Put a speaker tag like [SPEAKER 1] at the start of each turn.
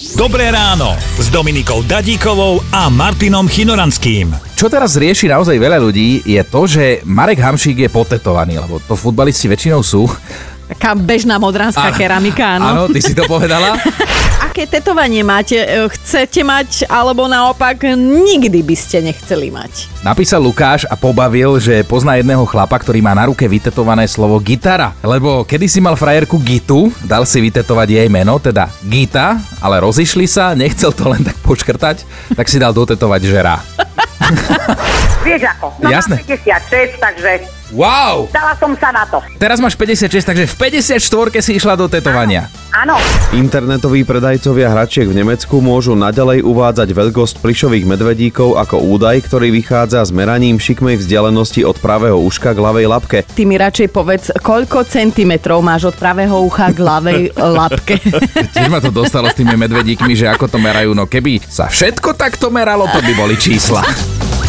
[SPEAKER 1] Dobré ráno s Dominikou Dadíkovou a Martinom Chinoranským.
[SPEAKER 2] Čo teraz rieši naozaj veľa ľudí je to, že Marek Hamšík je potetovaný, lebo to futbalisti väčšinou sú.
[SPEAKER 3] Taká bežná modranská
[SPEAKER 2] Áno.
[SPEAKER 3] keramika, áno.
[SPEAKER 2] Áno, ty si to povedala.
[SPEAKER 3] Aké tetovanie máte? E, Chcete mať, alebo naopak nikdy by ste nechceli mať?
[SPEAKER 2] Napísal Lukáš a pobavil, že pozná jedného chlapa, ktorý má na ruke vytetované slovo gitara. Lebo kedy si mal frajerku Gitu, dal si vytetovať jej meno, teda Gita, ale rozišli sa, nechcel to len tak počkrtať, tak si dal dotetovať žera.
[SPEAKER 4] Vieš ako? No
[SPEAKER 2] Jasné.
[SPEAKER 4] mám 56, takže
[SPEAKER 2] Wow!
[SPEAKER 4] dala som sa na to.
[SPEAKER 2] Teraz máš 56, takže v 54 si išla do tetovania.
[SPEAKER 4] Áno,
[SPEAKER 5] Internetoví predajcovia hračiek v Nemecku môžu naďalej uvádzať veľkosť plišových medvedíkov ako údaj, ktorý vychádza s meraním šikmej vzdialenosti od pravého uška k ľavej labke.
[SPEAKER 3] Ty mi radšej povedz, koľko centimetrov máš od pravého ucha k ľavej labke.
[SPEAKER 2] Tiež ma to dostalo s tými medvedíkmi, že ako to merajú, no keby sa všetko takto meralo, to by boli čísla.